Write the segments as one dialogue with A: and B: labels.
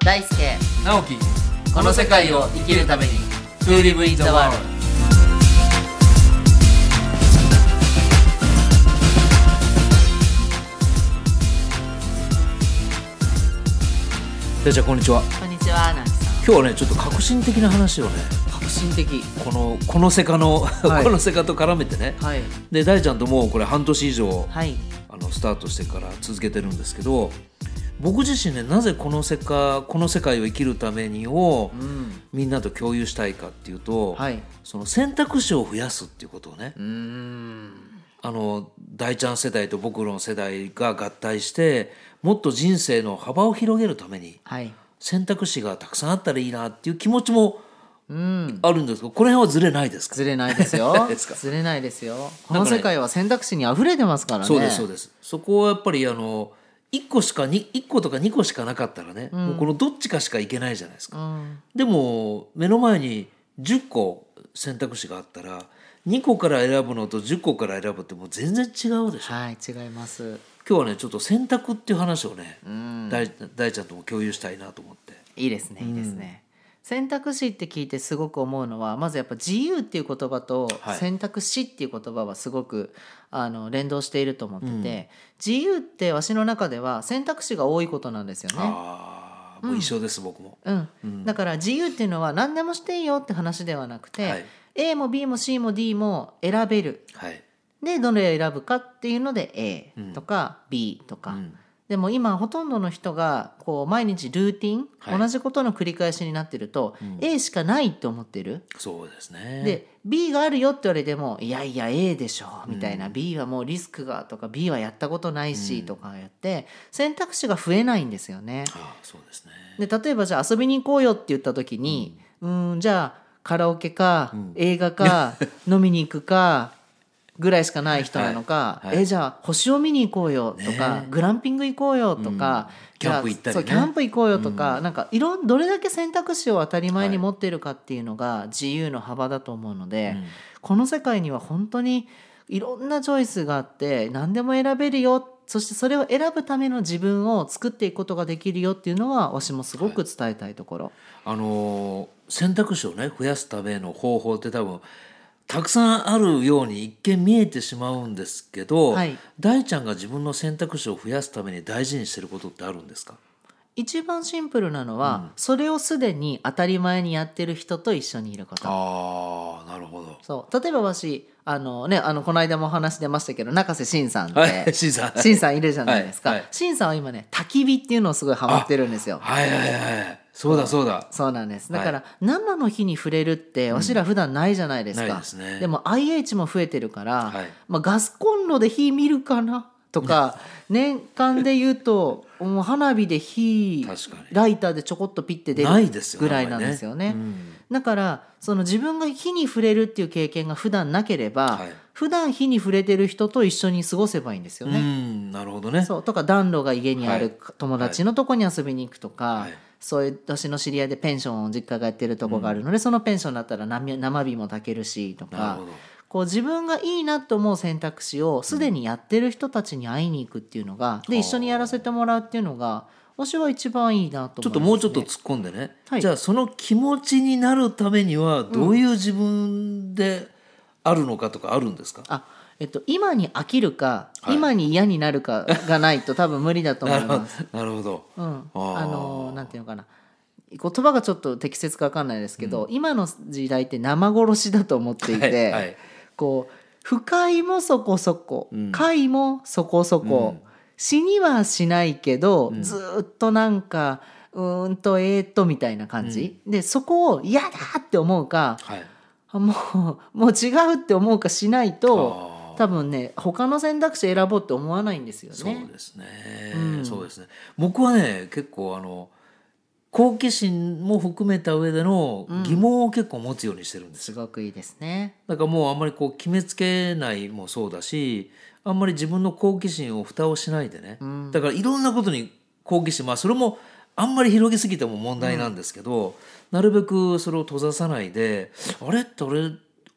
A: 大輔
B: 直樹
A: この世界を生きるために
B: To live in the world
C: 大ちゃんこんにちは
A: こんにちはなんちさん
C: 今日はねちょっと革新的な話をね
A: 革新的
C: このこのセカの、
A: はい
C: このセカと絡めてね
A: はい
C: で大ちゃんともうこれ半年以上、
A: はい
C: あのスタートしてから続けてるんですけど僕自身ねなぜこの世界この世界を生きるためにを
A: うん
C: みんなと共有したいかっていうと、
A: はい
C: その選択肢を増やすっていうことをね、
A: うーん
C: あの大ちゃん世代と僕らの世代が合体してもっと人生の幅を広げるために
A: はい
C: 選択肢がたくさんあったらいいなっていう気持ちも
A: うん
C: あるんですけどこの辺はずれ ないですか
A: ずれないですよ
C: ですか
A: ずれないですよこ
C: なん
A: の
C: かね
A: 世界は選択肢にあふれてますからね
C: そうですそう
A: で
C: ですそこはやっぱりあの1個しかに1個とか2個しかなかったらね、もうこのどっちかしかいけないじゃないですか、
A: ん
C: でも目の前に10個選択肢があったら2個から選ぶのと10個から選ぶってもう全然違うでしょ
A: はい違います
C: 今日はねちょっと選択っていう話をね、
A: うん
C: 大大ちゃんとも共有したいなと思って
A: いいですねいいですね、選択肢って聞いてすごく思うのはまずやっぱ自由っていう言葉と
C: はい
A: 選択肢っていう言葉はすごくあの連動していると思ってて、自由ってわしの中では選択肢が多いことなんですよね。
C: ああもう一緒です、僕も
A: うんだから自由っていうのは何でもしていいよって話ではなくて、
C: はい
A: A も B も C も D も選べる
C: はい、
A: でどれを選ぶかっていうので A とか B とか、
C: うん
A: でも今ほとんどの人がこう毎日ルーティン、
C: はい
A: 同じことの繰り返しになってると、A しかないと思ってる。
C: そうですね
A: で B があるよって言われてもいやいや A でしょみたいな、B はもうリスクがとか B はやったことないしとかやって選択肢が増えないんですよね。
C: ああそうですね
A: で例えばじゃあ遊びに行こうよって言った時に、うん、んじゃあカラオケか、映画 か飲みに行くかぐらいしかない人なのか、
C: はいはい
A: えじゃあ星を見に行こうよとか、
C: ねえ
A: グランピング行こうよとか、
C: キャンプ行ったりね
A: じゃあそうキャンプ行こうよとか、なんかいろんどれだけ選択肢を当たり前に持ってるかっていうのが自由の幅だと思うので、この世界には本当にいろんなチョイスがあって何でも選べるよそしてそれを選ぶための自分を作っていくことができるよっていうのはわしもすごく伝えたいところ、
C: あのー選択肢をね増やすための方法って多分たくさんあるように一見見えてしまうんですけど、
A: はい
C: 大ちゃんが自分の選択肢を増やすために大事にしてることってあるんですか
A: 一番シンプルなのは、それをすでに当たり前にやってる人と一緒にいること
C: ああなるほど。
A: そう例えばわしあのねあのこの間もお話出ましたけど中瀬慎さんって、
C: はい、しんさん。
A: シンさんいるじゃないですか、
C: はいはい
A: シンさんは今ね焚き火っていうのをすごいハマってるんですよ
C: はいはいはい。そうだそうだ。
A: そうなんですだから、生の火に触れるってわしら普段ないじゃないですか、
C: ないですね
A: も IH も増えてるから、
C: はい
A: まあ、ガスコンロで火見るかなとか年間で言う ともう花火で火
C: 確かに
A: ライターでちょこっとピッて出る
C: ないですよね
A: ぐらいなんですよね
C: あんまりね
A: だからその自分が火に触れるっていう経験が普段なければ、
C: はい
A: 普段火に触れてる人と一緒に過ごせばいいんですよ
C: う
A: ね。
C: ん、なるほど ね。
A: そうとか暖炉が家にある
C: は
A: 友達のとこに遊びに行くとか、
C: い
A: そういう私の知り合いでペンションを実家がやってるとこがあるので、そのペンションだったら生生火も炊けるしと
C: な
A: か
C: るほど。
A: こう自分がいいなと思う選択肢をすでにやってる人たちに会いに行くっていうのが、で一緒にやらせてもらうっていうのが私は一番いいなと思います、ね、
C: ちょっともうちょっと突っ込んでね、
A: はい
C: じゃあその気持ちになるためにはどういう自分であるのかとかあるんですか、
A: あえっと、今に飽きるか、
C: はい
A: 今に嫌になるかがないと多分無理だと思
C: ないるほど
A: ます。
C: なるほど、
A: うん、
C: あー
A: あのなんていうのかな言葉がちょっと適切か分かんないですけど、今の時代って生殺しだと思っていて、
C: はいはい
A: こう不快もそこそこ、快もそこそこ、死にはしないけど、ずーっとなんかうーんとえー、っとみたいな感じ、でそこを嫌だって思うか
C: はい、
A: あもうもう違うって思うかしないと
C: あ
A: 多分ね他の選択肢選ぼうって思わないんですよ
C: ーそう
A: ね。
C: ですね、
A: うん
C: そうですね僕はね結構あの好奇心も含めた上での疑問を結構持つようにしてるんで
A: す
C: す
A: ごくいいですね。
C: だからもうあんまりこう決めつけないもそうだしあんまり自分の好奇心を蓋をしないでね、だからいろんなことに好奇心まあそれもあんまり広げすぎても問題なんですけど、なるべくそれを閉ざさないであれってあれ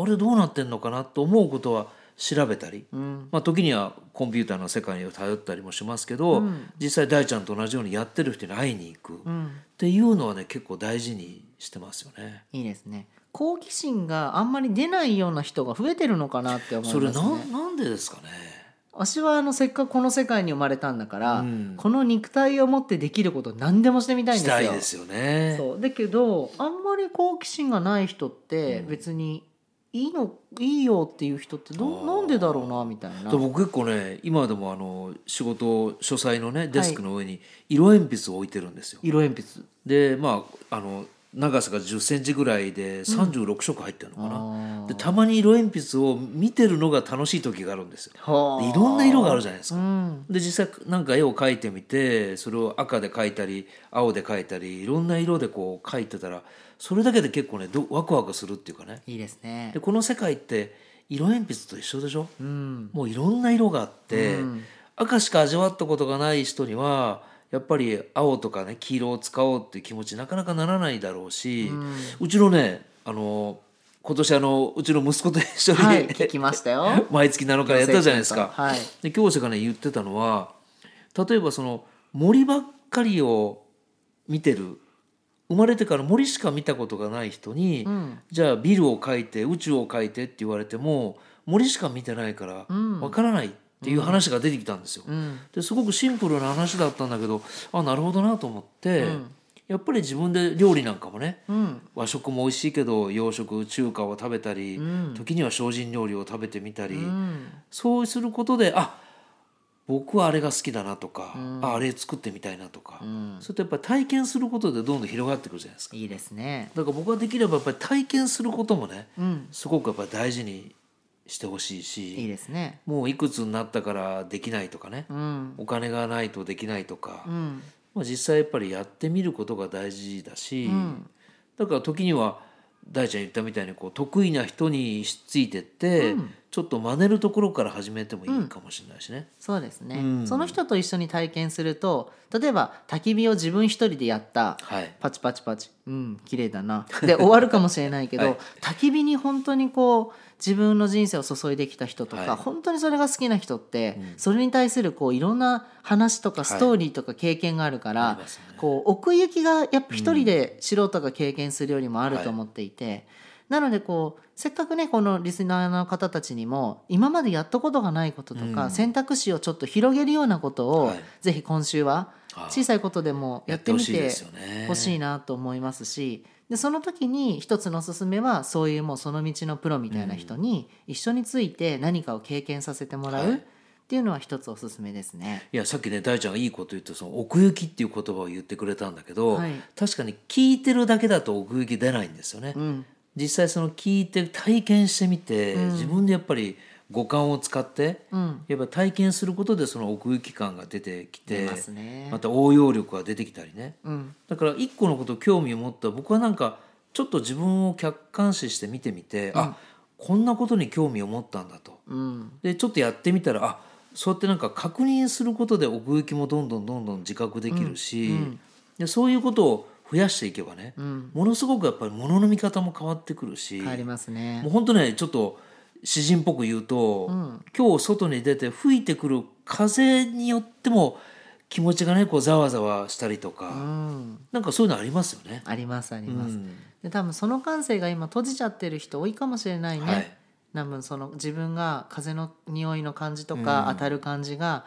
C: あれどうなってんのかなと思うことは調べたり、まあ、時にはコンピューターの世界を頼ったりもしますけど、実際大ちゃんと同じようにやってる人に会いに行く、っていうのはね結構大事にしてますよね。
A: いいですね好奇心があんまり出ないような人が増えてるのかなって思います
C: それ
A: ね
C: なん,、なんでですかね
A: 私はあのせっかくこの世界に生まれたんだから、この肉体を持ってできること何でもしてみたいん
C: し
A: ですよ
C: たいですよね。
A: そうだけどあんまり好奇心がない人って別にいいの、いいよっていう人ってどなんでだろうなみたいな
C: で僕結構ね今でもあの仕事書斎のねデスクの上に色鉛筆を置いてるんですよ。
A: 色鉛筆
C: でまああの長さが1 0センチぐらいで36色入ってるのかな、でたまに色鉛筆を見てるのが楽しい時があるんですよ。
A: は
C: でいろんな色があるじゃないですか。で実際なんか絵を描いてみてそれを赤で描いたり青で描いたりいろんな色でこう描いてたらそれだけで結構ねどワクワクするっていうかね
A: いいですね
C: でこの世界って色鉛筆と一緒でしょ、もういろんな色があって、赤しか味わったことがない人にはやっぱり青とかね黄色を使おうっていう気持ちなかなかならないだろうし、うちのねあの今年あのうちの息子と一緒に、
A: はい聞きましたよ
C: 毎月7日やったじゃないですか。
A: はい
C: で教師がね言ってたのは例えばその森ばっかりを見てる生まれてから森しか見たことがない人に、じゃあビルを描いて宇宙を描いてって言われても森しか見てないからわからないっていう話が出てきたんですよ。ですごくシンプルな話だったんだけどあなるほどなと思って、やっぱり自分で料理なんかもね、和食も美味しいけど洋食中華を食べたり、時には精進料理を食べてみたり、そうすることであ僕はあれが好きだなとか、ああれ作ってみたいなとか、それとやっぱり体験することでどんどん広がってくるじゃないですか
A: いいですね
C: だから僕はできればやっぱり体験することもね、すごくやっぱり大事にしてほしいし
A: いいですね
C: もういくつになったからできないとかね、お金がないとできないとか、まあ、実際やっぱりやってみることが大事だし、だから時には大ちゃん言ったみたいにこう得意な人にしついてって、ちょっと真似るところから始めてもいいかもしれないしね。
A: そうですね、その人と一緒に体験すると例えば焚き火を自分一人でやった
C: はい
A: パチパチパチうん綺麗だなで終わるかもしれないけど、
C: はい
A: 焚き火に本当にこう自分の人生を注いできた人とか、
C: はい
A: 本当にそれが好きな人って、それに対するこういろんな話とかストーリーとか経験があるから、
C: りますね
A: こう奥行きがやっぱ一人で素人が経験するよりもあると思っていて。なのでこうせっかくねこのリスナーの方たちにも今までやったことがないこととか、選択肢をちょっと広げるようなことを、
C: はい
A: ぜひ今週は小さいことでもやってみ
C: やって
A: て
C: ほしいですよね
A: ほしいなと思いますしでその時に一つのおすすめはそういうもうその道のプロみたいな人に一緒について何かを経験させてもらう
C: はい
A: っていうのは一つおすすめですね。
C: いやさっきね大ちゃんがいいこと言ってその奥行きっていう言葉を言ってくれたんだけど、
A: はい
C: 確かに聞いてるだけだと奥行き出ないんですよね、実際その聞いて体験してみて、自分でやっぱり五感を使って、やっぱ体験することでその奥行き感が出てきて
A: 出ますね
C: また応用力が出てきたりね、だから一個のこと興味を持った僕はなんかちょっと自分を客観視して見てみて、あこんなことに興味を持ったんだと、でちょっとやってみたらあそうやってなんか確認することで奥行きもどんどんどんどん自覚できるし、でそういうことを増やしていけばね、ものすごくやっぱり物の見方も変わってくるし、
A: ありますね
C: もう。本当ねちょっと詩人っぽく言うと、今日外に出て吹いてくる風によっても気持ちがねこうざわざわしたりとか、なんかそういうのありますよね。
A: ありますあります、で多分その感性が今閉じちゃってる人多いかもしれないね、
C: はい
A: 多分その自分が風の匂いの感じとか当たる感じが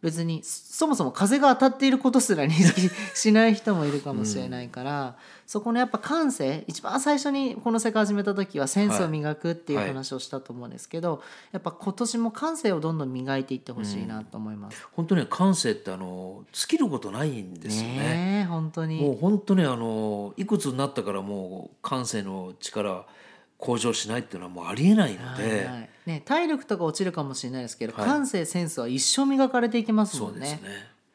A: 別にそもそも風が当たっていることすら認識しない人もいるかもしれないから、そこのやっぱ感性一番最初にこの世界始めた時はセンスを磨くっていう
C: はい
A: 話をしたと思うんですけど、やっぱ今年も感性をどんどん磨いていってほしいなと思います。
C: 本当ね感性ってあの尽きることないんですよね。
A: ねえ本当に
C: もう本当ねあのいくつになったからもう感性の力向上しないっていうのはもうありえないの
A: は
C: で、
A: いはいね、体力とか落ちるかもしれないですけど、
C: はい
A: 感性センスは一生磨かれていきますも
C: そうんです
A: ね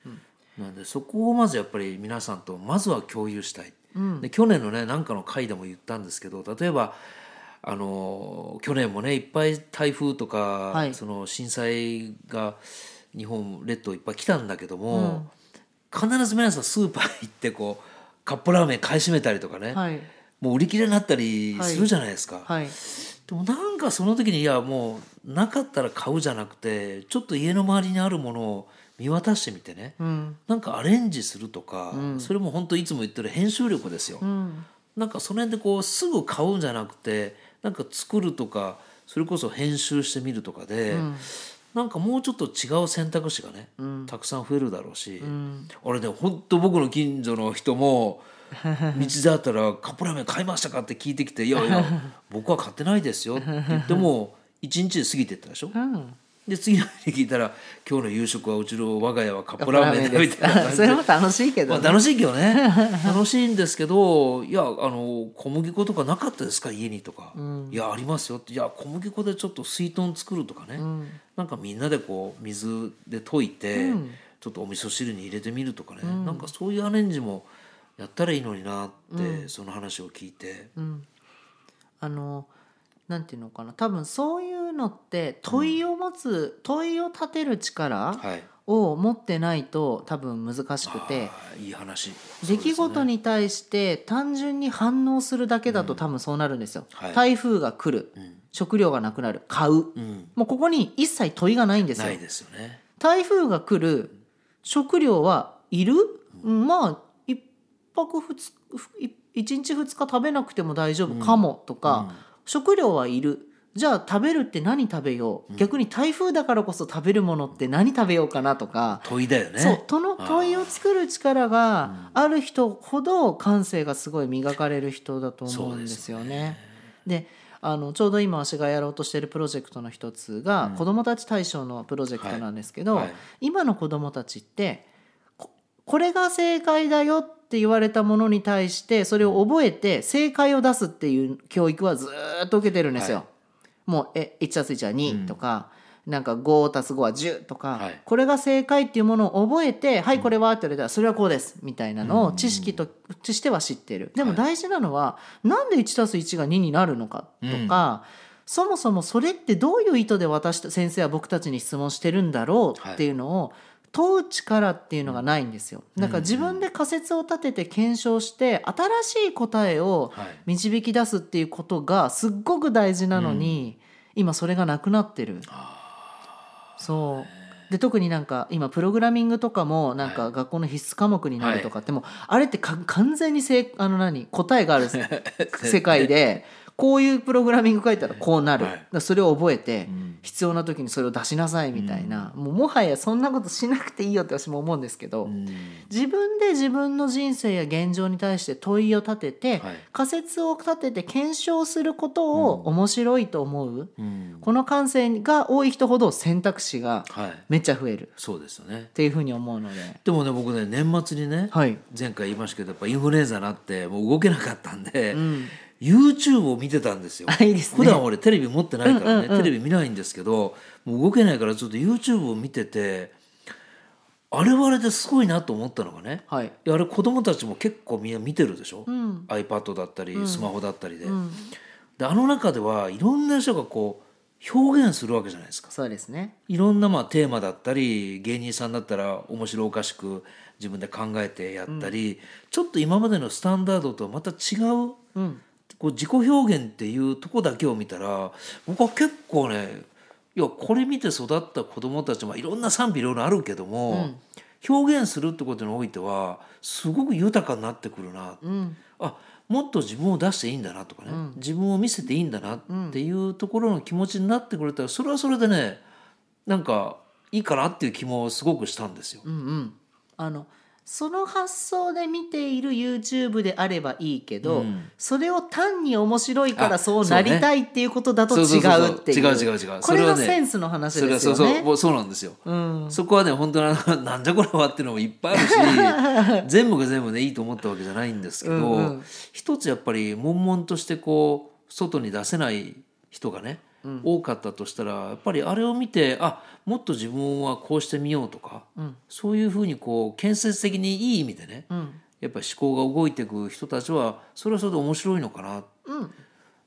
C: ね。。なんでそこをまずやっぱり皆さんとまずは共有したい。で去年のねなんかの回でも言ったんですけど例えばあの去年もねいっぱい台風とか、
A: はい
C: その震災が日本列島いっぱい来たんだけども、必ず皆さんスーパー行ってこうカップラーメン買い占めたりとかね、
A: はい
C: もう売り切れになったりするじゃないですか。
A: はい
C: でもなんかその時にいやもうなかったら買うじゃなくてちょっと家の周りにあるものを見渡してみてね、
A: うん
C: なんかアレンジするとか、それも本当いつも言ってる編集力ですよ、
A: うん
C: なんかその辺でこうすぐ買うんじゃなくてなんか作るとかそれこそ編集してみるとかで、なんかもうちょっと違う選択肢がね、たくさん増えるだろうし、あれね本当僕の近所の人 も道であったら「カップラーメン買いましたか?」って聞いてきて「いや いや僕は買ってないですよ」って言っても1日で過ぎてったでしょ。
A: うん
C: で次の日に聞いたら「今日の夕食はうちの我が家はカップラーメンだ」みたいな感じ
A: そ
C: で
A: れも楽しいけ
C: まあ、
A: どね
C: 楽しいけどね楽しいんですけどいやあの小麦粉とかなかったですか家にとか、いやありますよっていや小麦粉でちょっと水豚作るとかね、なんかみんなでこう水で溶いて、ちょっとお味噌汁に入れてみるとかね、なんかそういうアレンジもやったらいいのになって、その話を聞いて、
A: あのなんていうのかな多分そういうのって問いを持つ、問いを立てる力
C: はい
A: を持ってないと多分難しくて、
C: あーいい話
A: 出来事に対して単純に反応するだけだと多分そうなるんですよ。
C: はい
A: 台風が来る、食料がなくなる買う、
C: うん
A: もうここに一切問いがないんですよ
C: ない。ですよね
A: 台風が来る食料はいる、まあ一泊二日い一日二日食べなくても大丈夫かもとか、食料はいるじゃあ食べるって何食べよう、逆に台風だからこそ食べるものって何食べようかなとか、
C: 問いだよね
A: そうその問いを作る力がある人ほど感性がすごい磨かれる人だと思うんですよね。であのちょうど今私がやろうとしてるプロジェクトの一つが、子どもたち対象のプロジェクトなんですけど、
C: はいはい
A: 今の子どもたちってここれが正解だよって言われたものに対してそれを覚えて正解を出すっていう教育はずーっと受けてるんですよ。
C: は
A: もうえ 1+1 は2とか、なんか 5+5 は10とか、
C: はい
A: これが正解っていうものを覚えて「はいこれは」って言われたら「それはこうです」みたいなのを知識ととしては知ってる。でも大事なのは、なんで 1+1 が2になるのかとか、そもそもそれってどういう意図で私と先生は僕たちに質問してるんだろうっていうのを問う力っていうのがないんですよ。だから自分で仮説を立てて検証して新しい答えを
C: はい
A: 導き出すっていうことがすっごく大事なのに、今それがなくなってる。そうで特になんか今プログラミングとかもなんか学校の必須科目になるとかってもうあれってか完全にせいあの何答えがある世界でこういうプログラミング書いたらこうなる、
C: はい
A: だからそれを覚えて必要な時にそれを出しなさいみたいな、もうもはやそんなことしなくていいよって私も思うんですけど。
C: うん
A: 自分で自分の人生や現状に対して問いを立てて、
C: はい
A: 仮説を立てて検証することを面白いと思う、
C: うん
A: この感性が多い人ほど選択肢が
C: はい
A: めっちゃ増える
C: そうですよね
A: っていうふうに思うので
C: でもね僕ね年末にね、
A: はい
C: 前回言いましたけどやっぱインフルエンザになってもう動けなかったんで、
A: ん
C: YouTube を見てたんですよ。
A: あいいですね
C: 普段俺テレビ持ってないからね、テレビ見ないんですけどもう動けないからちょっと YouTube を見ててあれはあれですごいなと思ったのがね、
A: はい
C: いやあれ子供たちも結構みんな見てるでしょ、
A: ん
C: iPad だったりスマホだったりで。であの中ではいろんな人がこう表現するわけじゃないですか。
A: そうですね
C: いろんなまあテーマだったり芸人さんだったら面白おかしく自分で考えてやったり、ちょっと今までのスタンダードとはまた違う、こう自己表現っていうとこだけを見たら僕は結構ねいやこれ見て育った子供たちもいろんな賛否両論あるけども、表現するってことにおいてはすごく豊かになってくるな、あもっと自分を出していいんだなとかね、自分を見せていいんだなっていうところの気持ちになってくれたらそれはそれでねなんかいいかなっていう気もすごくしたんですよ。
A: うんうんあのその発想で見ている YouTube であればいいけど、それを単に面白いから
C: あ
A: そう
C: そ
A: な
C: うね
A: りたいっていうことだと違
C: そうそう
A: う
C: そう
A: っていう
C: 違う違う違う
A: こ
C: それ
A: れ
C: は
A: が
C: ね
A: センスの話
C: それ
A: で
C: は
A: す
C: そう
A: よ
C: そう
A: ね
C: もうそうなんですよ。
A: うん
C: そこはね本当な なんじゃこれはっていうのもいっぱいあるし 全部が全部ねいいと思ったわけじゃないんですけど、
A: うんうん
C: 一つやっぱり悶々としてこう外に出せない人がね、多かったとしたらやっぱりあれを見てあもっと自分はこうしてみようとか、そういうふうにこう建設的にいい意味でね、やっぱり思考が動いていく人たちはそれはそれで面白いのかなっ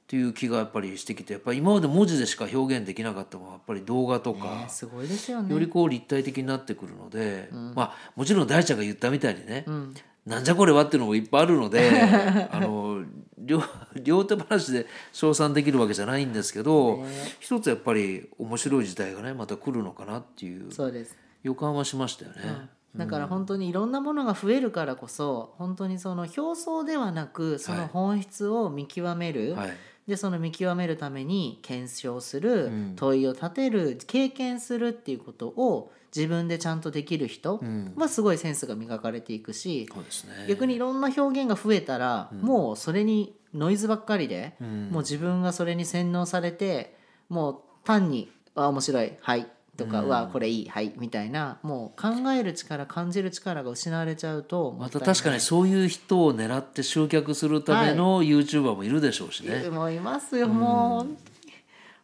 C: ていう気がやっぱりしてきてやっぱり今まで文字でしか表現できなかったものはやっぱり動画とか。
A: ねすごいですよ
C: よ
A: ね
C: りこう立体的になってくるので、まあもちろん大ちゃんが言ったみたいにね、なんじゃこれはっていうのもいっぱいあるので あの両両手話で称賛できるわけじゃないんですけど、一つやっぱり面白い時代がねまた来るのかなっていう
A: そうです
C: 予感はしましたよね。
A: だから本当にいろんなものが増えるからこそ本当にその表層ではなくその本質を見極める、
C: はい
A: でその見極めるために検証する、問いを立てる経験するっていうことを自分でちゃんとできる人はすごいセンスが磨かれていくし、
C: そうですね
A: 逆にいろんな表現が増えたら、もうそれにノイズばっかりで、もう自分がそれに洗脳されてもう単に「あ面白いはい」とか「うわこれいいはい」みたいなもう考える力感じる力が失われちゃうと
C: また確かにそういう人を狙って集客するための YouTuber もいるでしょうしね、
A: もういますよ、もう本当に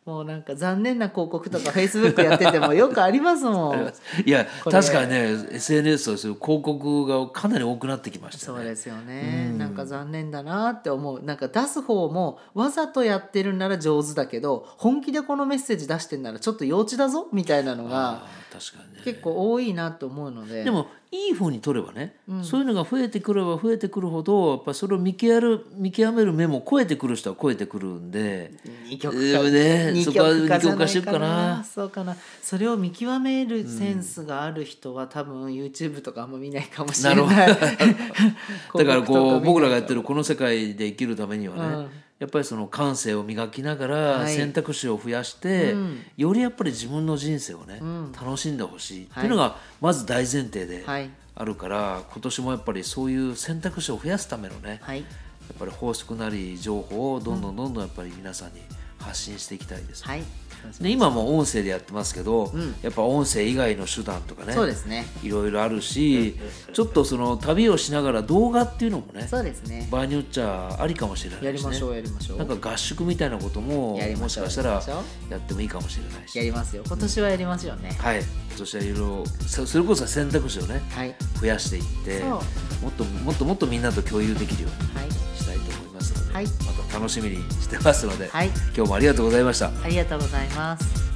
A: もうなんか残念な広告とかフェイスブックやっててもよくありますもん
C: いや
A: これ
C: 確かにね SNS はそういう広告がかなり多くなってきました
A: そう
C: ね
A: ですよね、なんか残念だなって思うなんか出す方もわざとやってるんなら上手だけど本気でこのメッセージ出してんならちょっと幼稚だぞみたいなの
C: あ
A: が
C: あ確かにね
A: 結構多いなと思うので
C: でもいい風に取ればね、そういうのが増えてくれば増えてくるほどやっぱそれを見極める見極める目も超えてくる人は超えてくるんで
A: 二極
C: で
A: 化、
C: もね
A: 二
C: そこは
A: 極化じゃ
C: 二極
A: な
C: 化
A: い
C: していくかな
A: そうかなそれを見極めるセンスがある人は、多分 YouTube とかあんま見ないかもしれない
C: な だから
A: 広告と見
C: こ
A: な
C: う
A: いと
C: 僕らがやってるこの世界で生きるためにはね、
A: うん
C: やっぱりその感性を磨きながら
A: はい
C: 選択肢を増やして、よりやっぱり自分の人生をね、楽しんでほしいっていうのがまず大前提で
A: はい
C: あるから、今年もやっぱりそういう選択肢を増やすためのね、
A: はい
C: やっぱり法則なり情報をどんどんどんどんやっぱり皆さんに発信していきたいです。
A: はい
C: で今も音声でやってますけど、やっぱ音声以外の手段とかね
A: そうですね
C: いろいろあるしちょっとその旅をしながら動画っていうのもね
A: そうですね
C: 場合によっちゃありかもしれないし、ね、
A: やりましょうやりましょう
C: なんか合宿みたいなことも
A: やり
C: も
A: ま
C: し
A: しょう
C: かしたら
A: やりましょ
C: やってもいいかもしれない
A: や
C: し
A: りますよ今年はやりますよね、
C: はいそしていろいろそそれこそ選択肢をね
A: はい
C: 増やしていって
A: そう
C: もっともっともっとみんなと共有できるよう
A: はい
C: にしたいと思いますので、
A: はい
C: また楽しみにしてますので、
A: はい
C: 今日もありがとうございました。
A: ありがとうございます